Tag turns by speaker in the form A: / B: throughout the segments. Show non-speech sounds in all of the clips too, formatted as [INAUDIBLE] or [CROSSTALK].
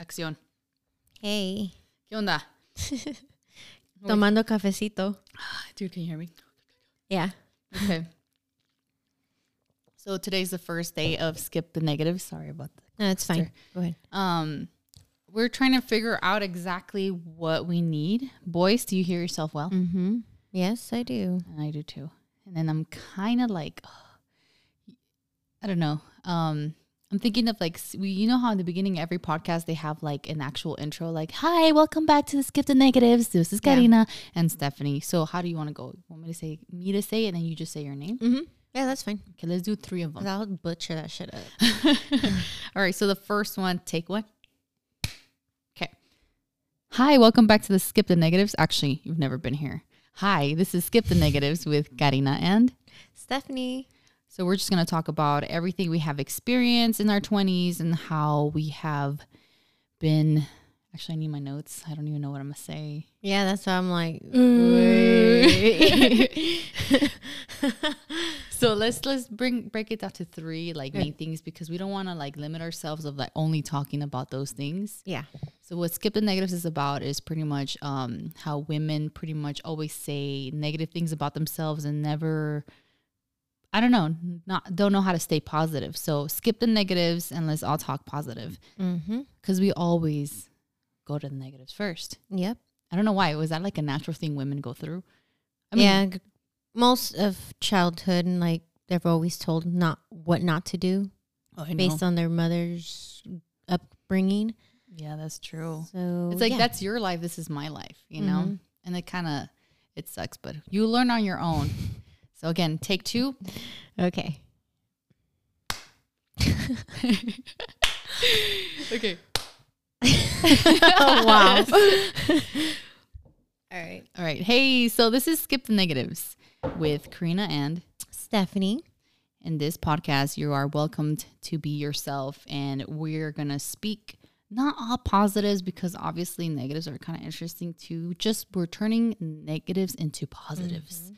A: Acción.
B: Hey.
A: ¿Qué onda? Uy.
B: Tomando cafecito.
A: Dude, can you hear me?
B: Yeah.
A: Okay. so today's the first day of skip the negative. Sorry about that.
B: No, it's fine. Go ahead.
A: Um, we're trying to figure out exactly what we need. Boys, do you hear yourself well?
B: Mm-hmm. Yes, I do.
A: And I do too. And then I'm kind of like, I don't know. Um, I'm thinking of like, s- we- you know how in the beginning of every podcast they have like an actual intro, like, "Hi, welcome back to the Skip the Negatives. This is
B: Yeah.
A: Karina and Stephanie." So how do you want to go? You want me to say me to say, it and then you just say your name?
B: Mm-hmm. Yeah, that's fine.
A: Okay, let's do three of them. [LAUGHS]
B: [LAUGHS] I'll butcher that shit up.
A: All right, so the first one, take one. Okay. Hi, welcome back to the Skip the Negatives. Actually, you've never been here. Hi, this is Skip the Negatives with Karina and.
B: Stephanie.
A: So we're just going to talk about everything we have experienced in our 20s and how we have been. Actually, I need my notes. I don't even know what I'm going to say.
B: Yeah, that's why I'm like.
A: So let's let's bring break it down to three like main things because we don't want to like limit ourselves of like only talking about those things.
B: [LAUGHS] yeah.
A: So what skip the negatives is about is pretty much um, how women pretty much always say negative things about themselves and never, I don't know, not don't know how to stay positive. So skip the negatives and let's all talk positive
B: Mm-hmm.
A: because we always go to the negatives first.
B: Yep.
A: I don't know why. Was that like a natural thing women go through? I
B: yeah. g- Most of childhood, and like they're always told not what not to do
A: oh, I
B: based on their mother's upbringing.
A: yeah, that's true.
B: So
A: It's like
B: yeah.
A: that's your life. This is my life, you know.
B: Mhm.
A: And it kind of it sucks, but you learn on your own. So again, take two.
B: Okay.
A: Okay.
B: oh, [LAUGHS]
A: [LAUGHS]
B: wow. All right.
A: All right. Hey, so this is Skip the Negatives with Karina and
B: Stephanie.
A: in this podcast you are welcomed to be yourself and we're going to speak not all positives because obviously negatives are kind of interesting too. Just we're turning negatives into positives.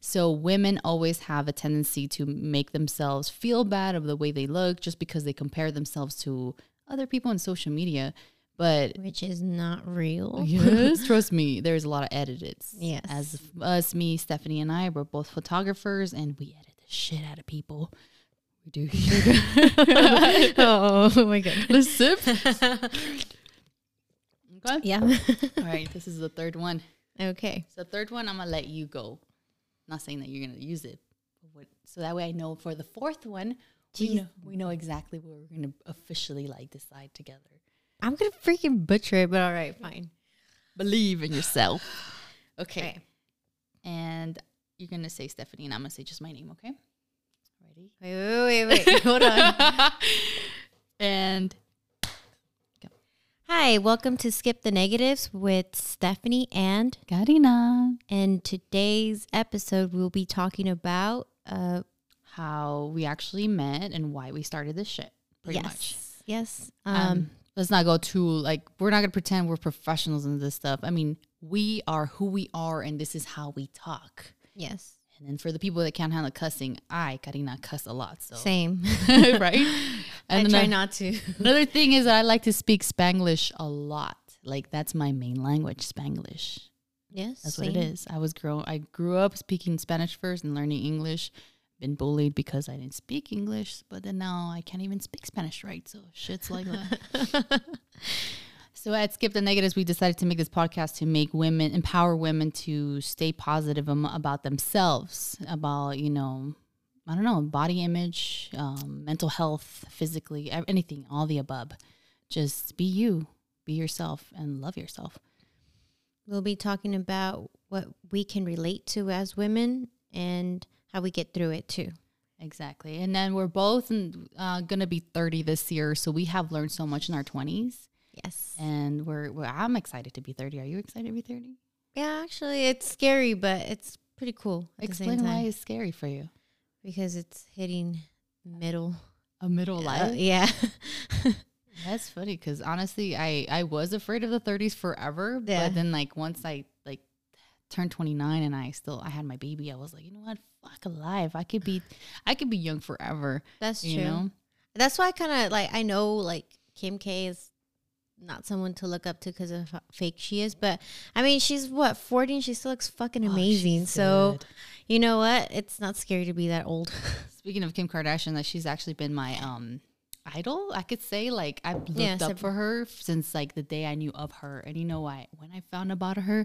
A: So women always have a tendency to make themselves feel bad of the way they look just because they compare themselves to other people on social media, but
B: Which is not
A: [LAUGHS]
B: real.
A: Yes, trust me. There's a lot of edits.
B: Yes.
A: As f- us, me, Stephanie, and I, we're both photographers and we edit the shit out of people. We
B: [LAUGHS]
A: do.
B: oh my god.
A: the sip. Okay.
B: [LAUGHS] Yeah.
A: All right. This is the third one.
B: okay.
A: So, third one, I'm going to let you go. Not saying that you're going to use it. but what- So that way I know for the fourth one, we
B: Jeez.
A: know, we know exactly what we're going to officially like decide together.
B: I'm gonna freaking butcher it, but all right, fine.
A: Believe in yourself. Okay.
B: Okay.
A: And you're going to say Stephanie and I'm going to say just my name, okay?
B: [LAUGHS]
A: Ready?
B: Wait, wait, wait, wait.
A: [LAUGHS]
B: Hold on.
A: and
B: Hi, welcome to Skip the Negatives with Stephanie and
A: Karina,
B: and today's episode we'll be talking about uh
A: how we actually met and why we started this shit. Pretty
B: yes.
A: much.
B: Yes.
A: Um,
B: Um,
A: let's not go too like we're not gonna pretend we're professionals in this stuff. I mean, we are who we are, and this is how we talk.
B: yes.
A: And then for the people that can't handle cussing, I Karina cuss a lot. So
B: [LAUGHS]
A: [LAUGHS]
B: Same.
A: right.
B: I
A: then
B: try
A: I-
B: not to.
A: Another thing is that I like to speak Spanglish a lot. Like that's my main language, Spanglish.
B: Yes.
A: That's what it is. I was grow I grew up speaking Spanish first and learning English. Been bullied because I didn't speak English, but then now I can't even speak Spanish right. So shit's like that. so at Skip the Negatives, we decided to make this podcast to make women empower women to stay positive am- about themselves, about you know, I don't know, body image, um, mental health, physically, ev- anything, all the above. Just be you, be yourself, and love yourself.
B: We'll be talking about what we can relate to as women and how we get through it too.
A: Exactly. And then we're both uh, going to be 30 this year. So we have learned so much in our 20s.
B: Yes.
A: And we're, we're I'm excited to be 30. Are you excited to be 30?
B: Yeah, actually, it's scary, but it's pretty cool at the
A: Explain
B: same
A: why
B: time
A: it's scary for you.
B: because it's hitting middle
A: A middle
B: Uh, yeah,
A: [LAUGHS]
B: [LAUGHS]
A: That's funny because honestly, I, I was afraid of the 30s forever.
B: Yeah.
A: But then, like, once I like turned 29 and I still I had my baby, I was like, you know what? Fuck alive. I could be I could be young forever.
B: that's true.
A: you know?
B: That's why I kind of like I know like Kim K is not someone to look up to because of how fake she is. But I mean, she's what forty, and she still looks fucking
A: Oh,
B: amazing.
A: she's
B: so
A: good.
B: you know what? It's not scary to be that old.
A: Speaking of Kim Kardashian, like she's actually been my um idol. I could say like I've looked
B: Yeah,
A: up
B: same.
A: for her f- since like the day I knew of her. And you know why? When I found about her,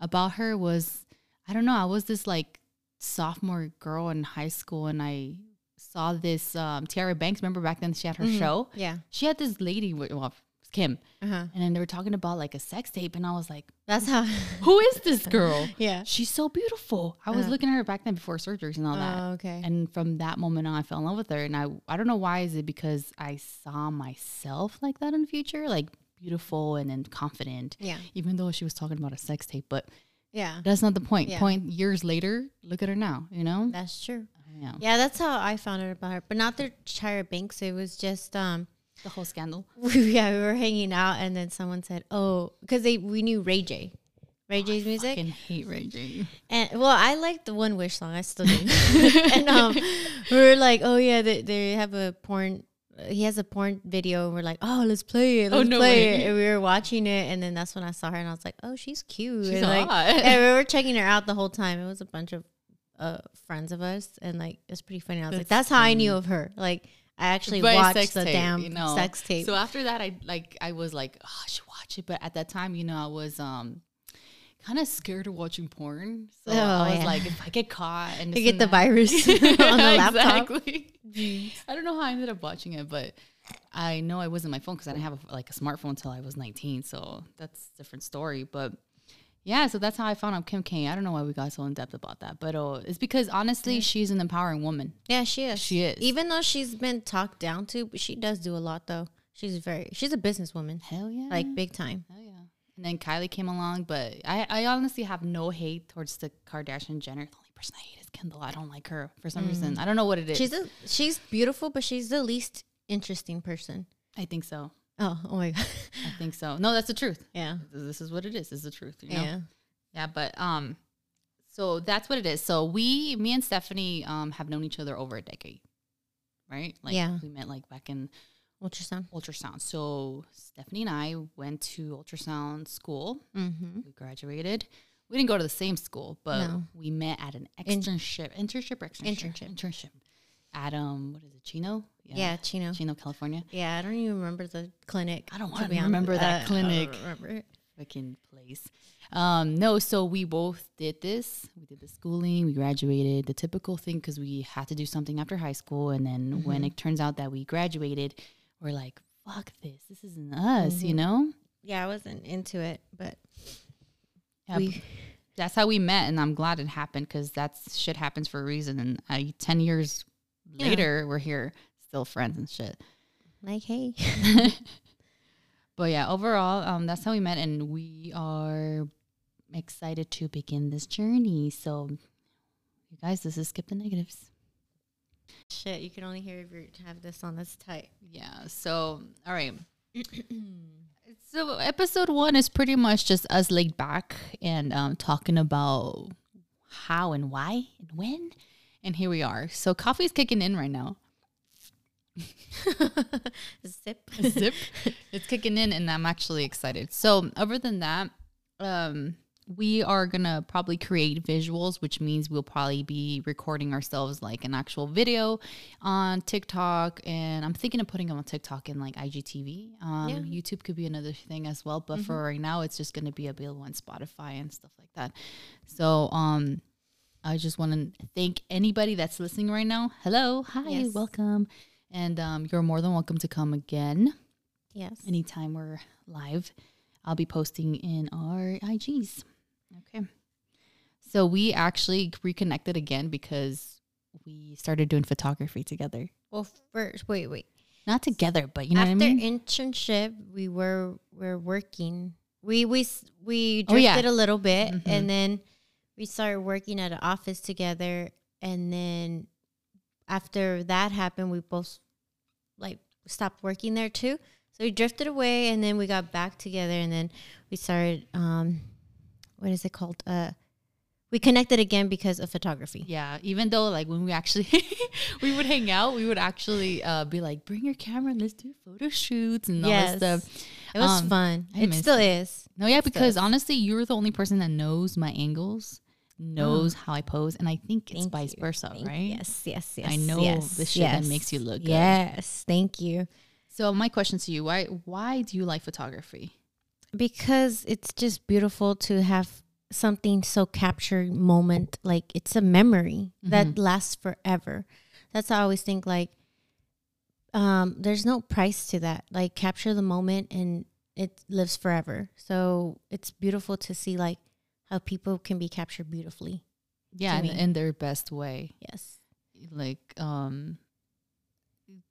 A: about her was I don't know. I was this like sophomore girl in high school, and I saw this um, Tiara Banks. Remember back then she had her
B: Mm-hmm.
A: show.
B: [LAUGHS] yeah.
A: She had this lady. wi- Well, it's Kim.
B: Uh huh.
A: And then they were talking about like a sex tape, and I was like,
B: That's how. [LAUGHS]
A: "Who is this girl?
B: yeah.
A: She's so beautiful." I was
B: Uh.
A: looking at her back then before surgeries and all that.
B: Oh, okay.
A: And from that moment on, I fell in love with her. And I, I don't know why. Is it because I saw myself like that in the future, like beautiful and then confident,
B: yeah.
A: even though she was talking about a sex tape. But
B: Yeah.
A: that's not the point.
B: Yeah.
A: Point years later, look at her now. You know?
B: That's true.
A: yeah.
B: Yeah, that's how I found out about her, but not through Tyra Banks. It was just um, [LAUGHS]
A: The whole scandal.
B: yeah, we were hanging out, and then someone said, "Oh, because they we knew Ray J, Ray J's music."
A: Fucking hate Ray J.
B: And well, I like the One Wish song. I still
A: [LAUGHS]
B: do. [LAUGHS] and um, we were like, oh yeah, they, they have a porn. He has a porn video, and we're like, oh, let's play it.
A: Oh,
B: Let's
A: no
B: play
A: way.
B: it. And we were watching it, and then that's when I saw her, and I was like, oh, she's
A: [LAUGHS]
B: cute.
A: She's
B: and, like,
A: hot. [LAUGHS]
B: [LAUGHS] and we were checking her out the whole time. It was a bunch of uh, friends of us, and like it's pretty funny. I was like,
A: That's
B: that's how I knew of her. Like I actually
A: By
B: watched
A: sex
B: the
A: tape,
B: damn
A: you know.
B: sex tape.
A: So after that, I like I was like, oh, I should watch it. But at that time, you know, I was um kind of scared of watching porn. So
B: Oh,
A: I was
B: yeah.
A: like, if I get caught and
B: you
A: this
B: get
A: and
B: the
A: that.
B: virus [LAUGHS] on the
A: [LAUGHS]
B: laptop.
A: Exactly. I don't know how I ended up watching it, but I know I wasn't my phone because I didn't have a, like a smartphone until I was 19. So that's a different story. But yeah, so that's how I found out Kim K. I don't know why we got so in depth about that, but uh, it's because honestly, she's an empowering woman.
B: Yeah, she is.
A: She is.
B: Even though she's been talked down to, but she does do a lot though. She's very she's a businesswoman.
A: Hell yeah.
B: Like big time.
A: Hell yeah. And then Kylie came along, but I, I honestly have no hate towards the Kardashian Jenner. The only person I hate is Kendall. I don't like her for some reason. I don't know what it is.
B: Mm. She's a she's beautiful, but she's the least interesting person.
A: I think so.
B: Oh, oh my [LAUGHS] god.
A: I think so. No, that's the truth.
B: yeah.
A: This is what it is. Is the truth. You know?
B: Yeah.
A: Yeah, but um, so that's what it is. So we, me and Stephanie, um, have known each other over a decade, right? Like
B: Yeah.
A: we met like back in
B: Ultrasound.
A: ultrasound. So Stephanie and I went to ultrasound school.
B: Mm-hmm.
A: We graduated. We didn't go to the same school, but
B: No.
A: we met at an
B: In-
A: externship, internship, or externship,
B: Internship.
A: internship. At um, what is it, Chino?
B: Yeah. Chino.
A: Chino, California.
B: Yeah, I don't even remember the clinic.
A: I don't
B: to
A: wanna
B: be honest. Uh,
A: remember that
B: I
A: clinic.
B: don't remember it.
A: freaking place. Um, no, so we both did this. We did the schooling, we graduated, the typical thing because we had to do something after high school. And then
B: Mm-hmm.
A: when it turns out that we graduated, we're like, fuck this, this isn't us,
B: Mm-hmm.
A: you know?
B: Yeah, I wasn't into it, but
A: Yeah,
B: we
A: b- that's how we met. And I'm glad it happened because that's shit happens for a reason. And I, 10 years
B: Yeah.
A: later, we're here, still friends and shit.
B: like hey. [LAUGHS]
A: But yeah, overall, um, that's how we met, and we are excited to begin this journey. So, you guys, this is skip the negatives.
B: Shit, you can only hear if you have this on. That's tight. [LAUGHS]
A: Yeah. So, all right. [CLEARS THROAT] so, episode one is pretty much just us laid back and um, talking about how and why and when, and here we are. So, coffee's kicking in right now.
B: [LAUGHS] Zip.
A: zip. [LAUGHS] It's kicking in, and I'm actually excited. So, other than that, um, we are gonna probably create visuals, which means we'll probably be recording ourselves like an actual video on TikTok, and I'm thinking of putting them on TikTok and like IGTV. Um,
B: Yeah. Mm-hmm.
A: YouTube could be another thing as well, but for right now, it's just gonna be available on Spotify and stuff like that. So, um. I just want to thank anybody that's listening right now. Hello, hi,
B: Yes.
A: welcome, and um, you're more than welcome to come again
B: Yes.
A: anytime we're live. I'll be posting in our IGs. Okay. So we actually reconnected again because we started doing photography together.
B: Well, first, wait, wait.
A: Not together, but you know
B: After
A: what I mean?
B: internship, we were we're working. We we s- we
A: Oh,
B: drifted
A: yeah.
B: a little bit,
A: Mhm.
B: and then we started working at an office together. And then after that happened, we both like stopped working there too. So we drifted away, and then we got back together, and then we started. Um, what is it called? Uh, we connected again because of photography.
A: Yeah, even though like when we actually [LAUGHS] we would hang out, we would actually uh, be like, "Bring your camera, let's do photo shoots and all that stuff."
B: It was
A: Um,
B: fun.
A: I
B: it
A: miss
B: still is.
A: No, yeah, because
B: So-
A: honestly, you're the only person that knows my angles, knows how I pose, and I think it's
B: Uh-huh. Thank
A: vice
B: you.
A: versa,
B: Thank-
A: right?
B: Yes, yes, yes.
A: I know
B: yes,
A: the shit that makes you look good.
B: Yes, thank you.
A: So my question to you: Why why do you like photography?
B: Because it's just beautiful to have something so captured moment. Like it's a memory that
A: Mm-hmm.
B: lasts forever. That's how I always think like um there's no price to that. Like capture the moment and it lives forever. So it's beautiful to see like how people can be captured beautifully.
A: Yeah, in,
B: me.
A: in their best way,
B: Yes.
A: like um,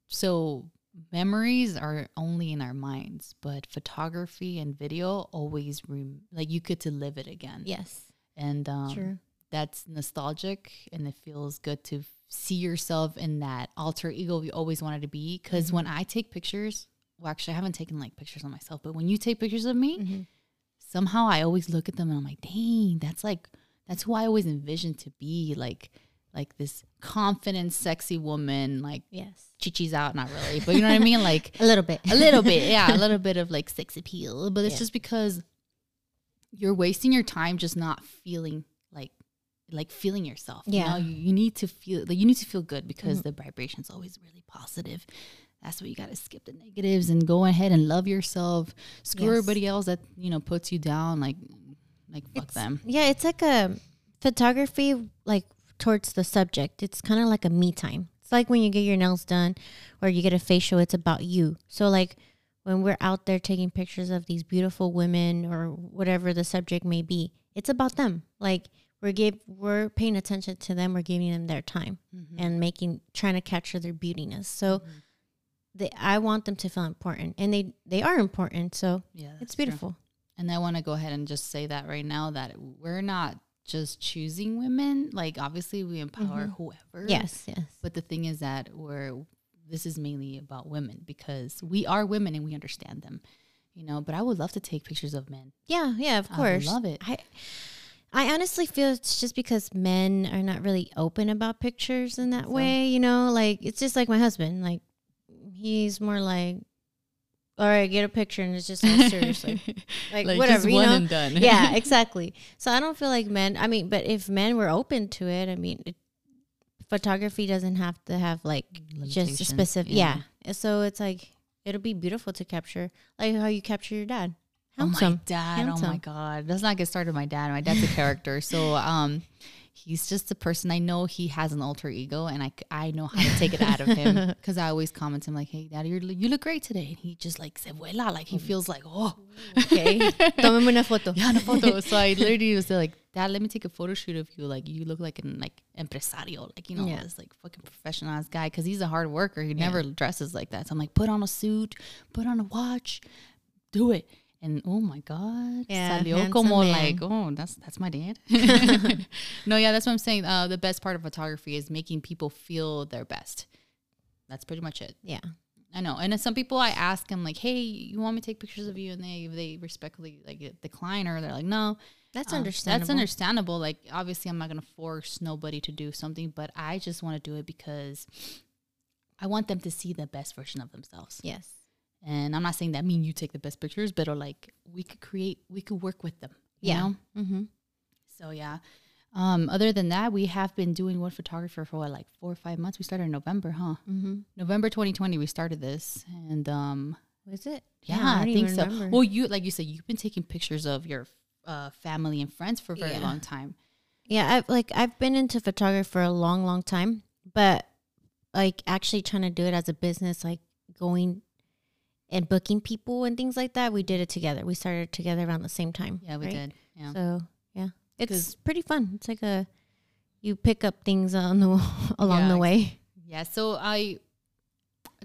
A: so memories are only in our minds, but photography and video always rem- like you get to live it again.
B: Yes.
A: and um,
B: True.
A: that's nostalgic and it feels good to see yourself in that alter ego you always wanted to be because when i take pictures well actually i haven't taken like pictures of myself but when you take pictures of me
B: Mhm.
A: somehow i always look at them and i'm like dang that's like that's who i always envisioned to be like like this confident sexy woman like
B: Yes.
A: chichis out not really but you know what i mean like
B: A little bit.
A: a little bit
B: [LAUGHS]
A: yeah a little bit of like sex appeal but it's
B: Yeah.
A: just because you're wasting your time just not feeling like like feeling yourself
B: Yeah. Mm-hmm.
A: you, know? you, you need to feel like you need to feel good because the vibration's always really positive that's what you got to skip the negatives and go ahead and love yourself screw
B: Yes.
A: everybody else that you know puts you down like like fuck
B: It's-
A: them
B: Yeah, it's like a photography like towards the subject. It's kind of like a me time. It's like when you get your nails done or you get a facial, it's about you. So like when we're out there taking pictures of these beautiful women or whatever the subject may be, it's about them. Like we're give we're paying attention to them, we're giving them their time
A: Mm-hmm.
B: and making trying to capture their beautiness. So they, I want them to feel important and they they are important. So
A: yeah that's
B: it's
A: true.
B: beautiful.
A: And I want to go ahead and just say that right now that we're not just choosing women. Like obviously we empower
B: Mm-hmm.
A: whoever.
B: Yes, yes.
A: But the thing is that we're this is mainly about women because we are women and we understand them. You know, but I would love to take pictures of men.
B: Yeah, yeah, of
A: I
B: course.
A: love it.
B: I I honestly feel it's just because men are not really open about pictures in that
A: So-
B: way, you know, like it's just like my husband, like he's more like all right, get a picture and it's just all
A: [LAUGHS]
B: seriously. Like, whatever, you know.
A: done. [LAUGHS]
B: [LAUGHS] yeah, exactly. So I don't feel like men, I mean, but if men were open to it, I mean, it, photography doesn't have to have like just a
A: Limitations,
B: specific,
A: yeah.
B: yeah. So it's like it'll be beautiful to capture, like how you capture your dad.
A: Oh my
B: Handsome.
A: dad! Oh my
B: Handsome.
A: god! Let's not get started. with My dad. My dad's a character. So um, he's just a person. I know he has an alter ego, and I c- I know how to take it out of him
B: [LAUGHS]
A: because I always comment to him like, "Hey, dad, you you look great today," and he just like se vuela. Like he
B: Mm.
A: feels like oh [LAUGHS]
B: Okay. Tómeme una foto.
A: yeah, no photo. so
B: [LAUGHS]
A: I literally was like, "Dad, let me take a photo shoot of you. Like you look like an like empresario, like you know
B: Yeah.
A: this like fucking professional ass guy because he's a hard worker. He never dresses like that. So I'm like, put on a suit, put on a watch, do it." And oh my god,
B: Yeah,
A: salió
B: handsome
A: como
B: man.
A: like, oh, that's that's my dad.
B: [LAUGHS]
A: [LAUGHS] no, yeah, that's what I'm saying. Uh, the best part of photography is making people feel their best. That's pretty much it.
B: Yeah.
A: I know. And then some people I ask them like, "Hey, you want me to take pictures of you?" And they they respectfully like decline or they're like, "No."
B: That's
A: Um,
B: understandable.
A: That's understandable. Like obviously I'm not going to force nobody to do something, but I just want to do it because I want them to see the best version of themselves.
B: Yes.
A: And I'm not saying that mean you take the best pictures, but or like we could create, we could work with them. You
B: Yeah.
A: Know?
B: Mm-hmm.
A: So yeah. Um, other than that, we have been doing one photographer for what, like four or five months. We started in November, huh?
B: Mm-hmm.
A: November 2020, we started this, and um,
B: Was it?
A: yeah, I,
B: don't
A: think
B: even
A: so.
B: remember.
A: Well, you like you said, you've been taking pictures of your uh, family and friends for a very
B: Yeah.
A: long time.
B: yeah, I've like I've been into photography for a long, long time, but like actually trying to do it as a business, like going and booking people and things like that. We did it together. We started together around the same time.
A: Yeah, we
B: right?
A: did. Yeah,
B: So yeah, it's
A: 'Cause-
B: pretty fun. It's like a you pick up things on the [LAUGHS] along
A: Yeah,
B: the
A: ex-
B: way.
A: yeah. So I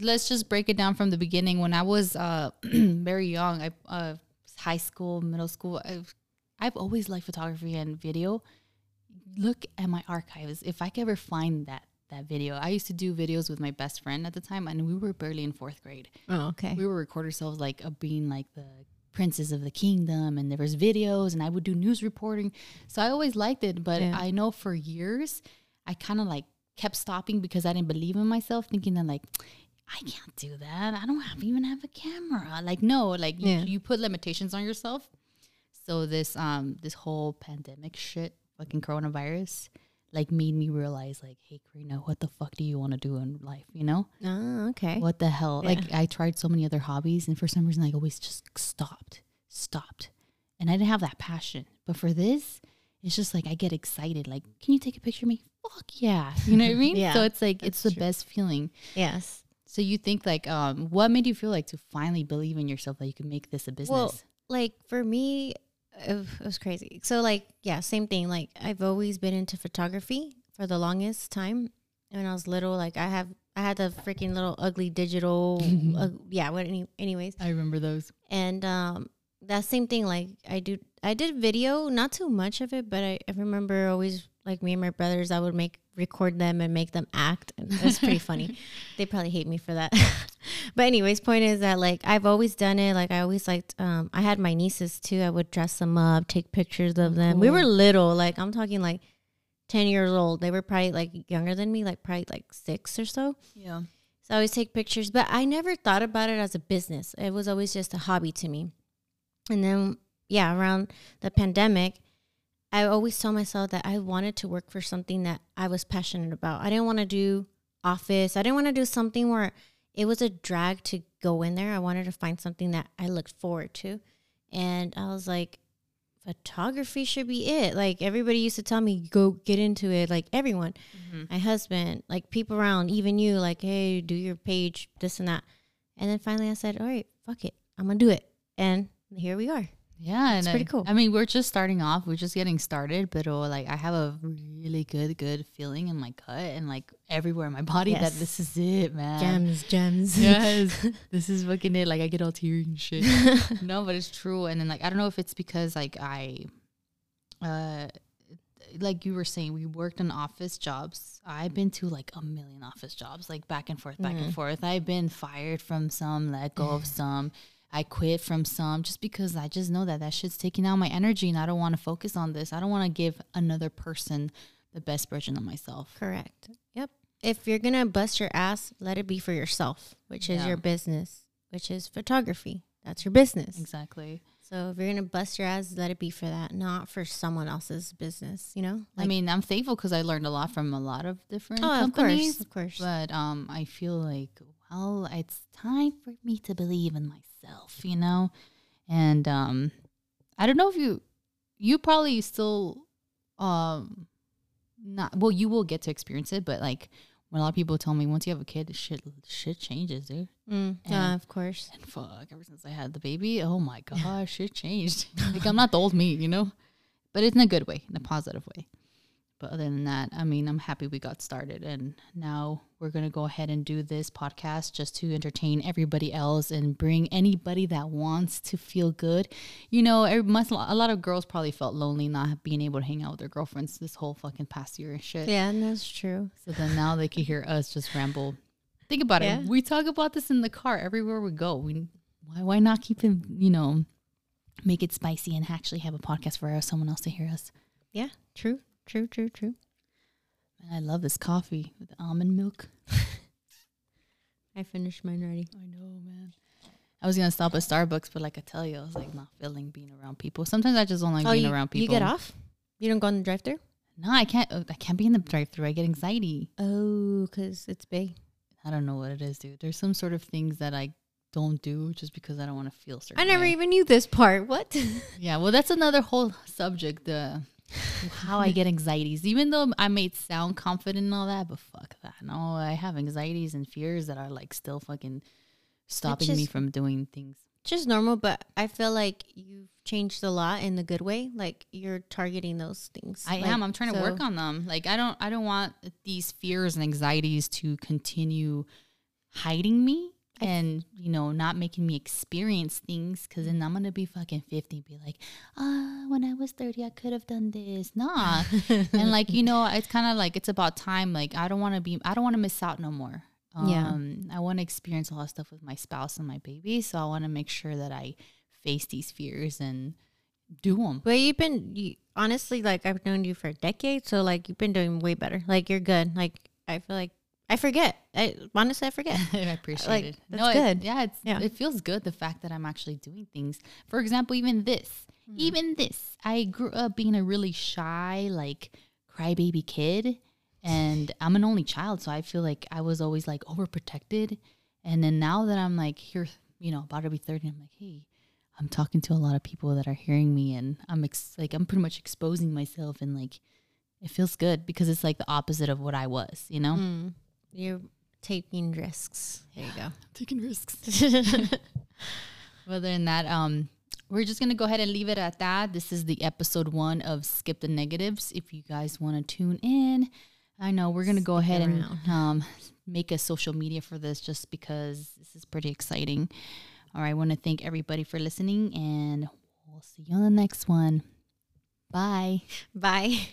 A: let's just break it down from the beginning. When I was uh, [CLEARS THROAT] very young, I uh, high school, middle school, I've I've always liked photography and video. Look at my archives. If I could ever find that that video, I used to do videos with my best friend at the time, and we were barely in fourth grade.
B: Oh, okay.
A: we would record ourselves like uh, being like the princess of the kingdom and there was videos and I would do news reporting. So I always liked it, but
B: Yeah.
A: I know for years I kind of like kept stopping because I didn't believe in myself thinking that like I can't do that. I don't have, even have a camera. Like no, like you,
B: Yeah.
A: you put limitations on yourself. So this um this whole pandemic shit, fucking coronavirus, like made me realize like, hey Karina, what the fuck do you want to do in life? You know?
B: Oh, okay.
A: What the hell?
B: Yeah.
A: Like I tried so many other hobbies and for some reason I always just stopped. Stopped. And I didn't have that passion. But for this, it's just like I get excited. Like, can you take a picture of me? Fuck yeah. You know what I mean?
B: [LAUGHS] Yeah,
A: so it's like it's
B: that's
A: the
B: true.
A: best feeling.
B: Yes.
A: So you think like um what made you feel like to finally believe in yourself that you can make this a business?
B: Well, like for me, it w- it was crazy. So like, yeah, same thing. Like I've always been into photography for the longest time. When I was little, like I have, I had the freaking little ugly digital, uh, yeah. What any, anyways,
A: I remember those.
B: and um, that same thing. Like I do, I did video, not too much of it, but I, I remember always like me and my brothers. I would make record them and make them act, and it's pretty funny. They probably hate me for that. [LAUGHS] but anyways, point is that like I've always done it. Like I always liked. Um, I had my nieces too. I would dress them up, take pictures of them. We were little. Like I'm talking like ten years old. They were probably like younger than me, like probably like six or so.
A: Yeah.
B: So I always take pictures, but I never thought about it as a business. It was always just a hobby to me. And then, yeah, around the pandemic, I always told myself that I wanted to work for something that I was passionate about. I didn't want to do office. I didn't want to do something where it was a drag to go in there. I wanted to find something that I looked forward to. And I was like, photography should be it. Like everybody used to tell me, go get into it. Like everyone, my husband, like people around, even you, like, hey, do your page, this and that. And then finally I said, all right, fuck it. I'm going to do it. And here we are.
A: Yeah,
B: It's
A: and
B: pretty
A: I-
B: cool.
A: I mean, we're just starting off. We're just getting started, but oh, like I have a really good, good feeling in my gut and like everywhere in my body
B: Yes.
A: that this is it, man.
B: Gems, gems. [LAUGHS]
A: Yes, [LAUGHS] this is fucking it. Like I get all teary and shit. [LAUGHS] no, but it's true. And then like I don't know if it's because like I, uh, like you were saying, we worked in office jobs. I've been to like a million office jobs, like back and forth, back and forth. I've been fired from some, let go of some. I quit from some just because I just know that that shit's taking out my energy and I don't want to focus on this. I don't want to give another person the best version of myself.
B: Correct. Yep. If you're going to bust your ass, let it be for yourself, which is
A: Yeah.
B: your business, which is photography. That's your business.
A: Exactly.
B: So if you're going to bust your ass, let it be for that, not for someone else's business, you know?
A: I mean, I'm thankful because I learned a lot from a lot of different
B: oh, of
A: companies.
B: course. Of course.
A: But um, I feel like, well, it's time for me to believe in myself, you know? And um, I don't know if you, you probably still, um, not, well, you will get to experience it, but like when a lot of people tell me once you have a kid, shit, shit changes, dude.
B: Mm, yeah,
A: and-
B: of course.
A: And fuck, ever since I had the baby, oh my gosh, it changed. [LAUGHS] like I'm not the old me, you know? But it's in a good way, in a positive way. But other than that, I mean, I'm happy we got started. And now we're going to go ahead and do this podcast just to entertain everybody else and bring anybody that wants to feel good. You know, it must, a lot of girls probably felt lonely not being able to hang out with their girlfriends this whole fucking past year and shit.
B: Yeah, and that's true.
A: So then now they can hear us just ramble. Think about
B: Yeah.
A: it. We talk about this in the car everywhere we go. We why why not keep it, you know, make it spicy and actually have a podcast for someone else to hear us.
B: Yeah, true, true, true, true.
A: And I love this coffee with almond milk.
B: I finished mine already.
A: I know, man. I was gonna stop at Starbucks, but like I tell you, I was like not feeling being around people. Sometimes I just don't like being
B: Oh, you,
A: around people.
B: you get off? You don't go on the drive thru?
A: No, I can't. I can't be in the drive-through. I get anxiety.
B: Oh, because it's big.
A: I don't know what it is, dude. There's some sort of things that I don't do just because I don't want to feel certain.
B: I never
A: way.
B: even knew this part. What? [LAUGHS]
A: Yeah, well, that's another whole subject. The how I get anxieties, even though I may sound confident and all that, but fuck that. No, I have anxieties and fears that are like still fucking stopping me
B: just-
A: from doing things.
B: Just normal, but I feel like you've changed a lot in the good way. Like you're targeting those things.
A: I am. I'm trying to work on them. Like I don't. I don't want these fears and anxieties to continue hiding me and you know not making me experience things because then i'm gonna be fucking 50 and be like ah when i was 30 i could have done this
B: [LAUGHS]
A: nah and like you know it's kind of like it's about time like i don't want to be i don't want to miss out no more
B: Yeah.
A: um, i want to experience a lot of stuff with my spouse and my baby so i want to make sure that i face these fears and do them.
B: Well, you've been you, honestly like I've known you for a decade, so like you've been doing way better. Like you're good. Like I feel like I forget. I honestly
A: [LAUGHS]
B: I forget.
A: I appreciate
B: Like,
A: it.
B: that's
A: no, It,
B: good.
A: yeah, it's,
B: Yeah.
A: it feels good the fact that I'm actually doing things. For example, even this,
B: Mm-hmm.
A: even this. I grew up being a really shy, like crybaby kid, and I'm an only child, so I feel like I was always like overprotected. And then now that I'm like here, you know, about to be thirty, I'm like, hey, I'm talking to a lot of people that are hearing me, and I'm ex- like, I'm pretty much exposing myself, and like, it feels good because it's like the opposite of what I was, you know,
B: Mm. You're taking risks. There you go.
A: taking risks. [LAUGHS] Other than that, um, we're just gonna go ahead and leave it at that. This is the episode one of Skip the Negatives. If you guys want to tune in, I know we're gonna go ahead and
B: around.
A: um, make a social media for this just because this is pretty exciting. All right, I want to thank everybody for listening, and we'll see you on the next one. Bye.
B: Bye.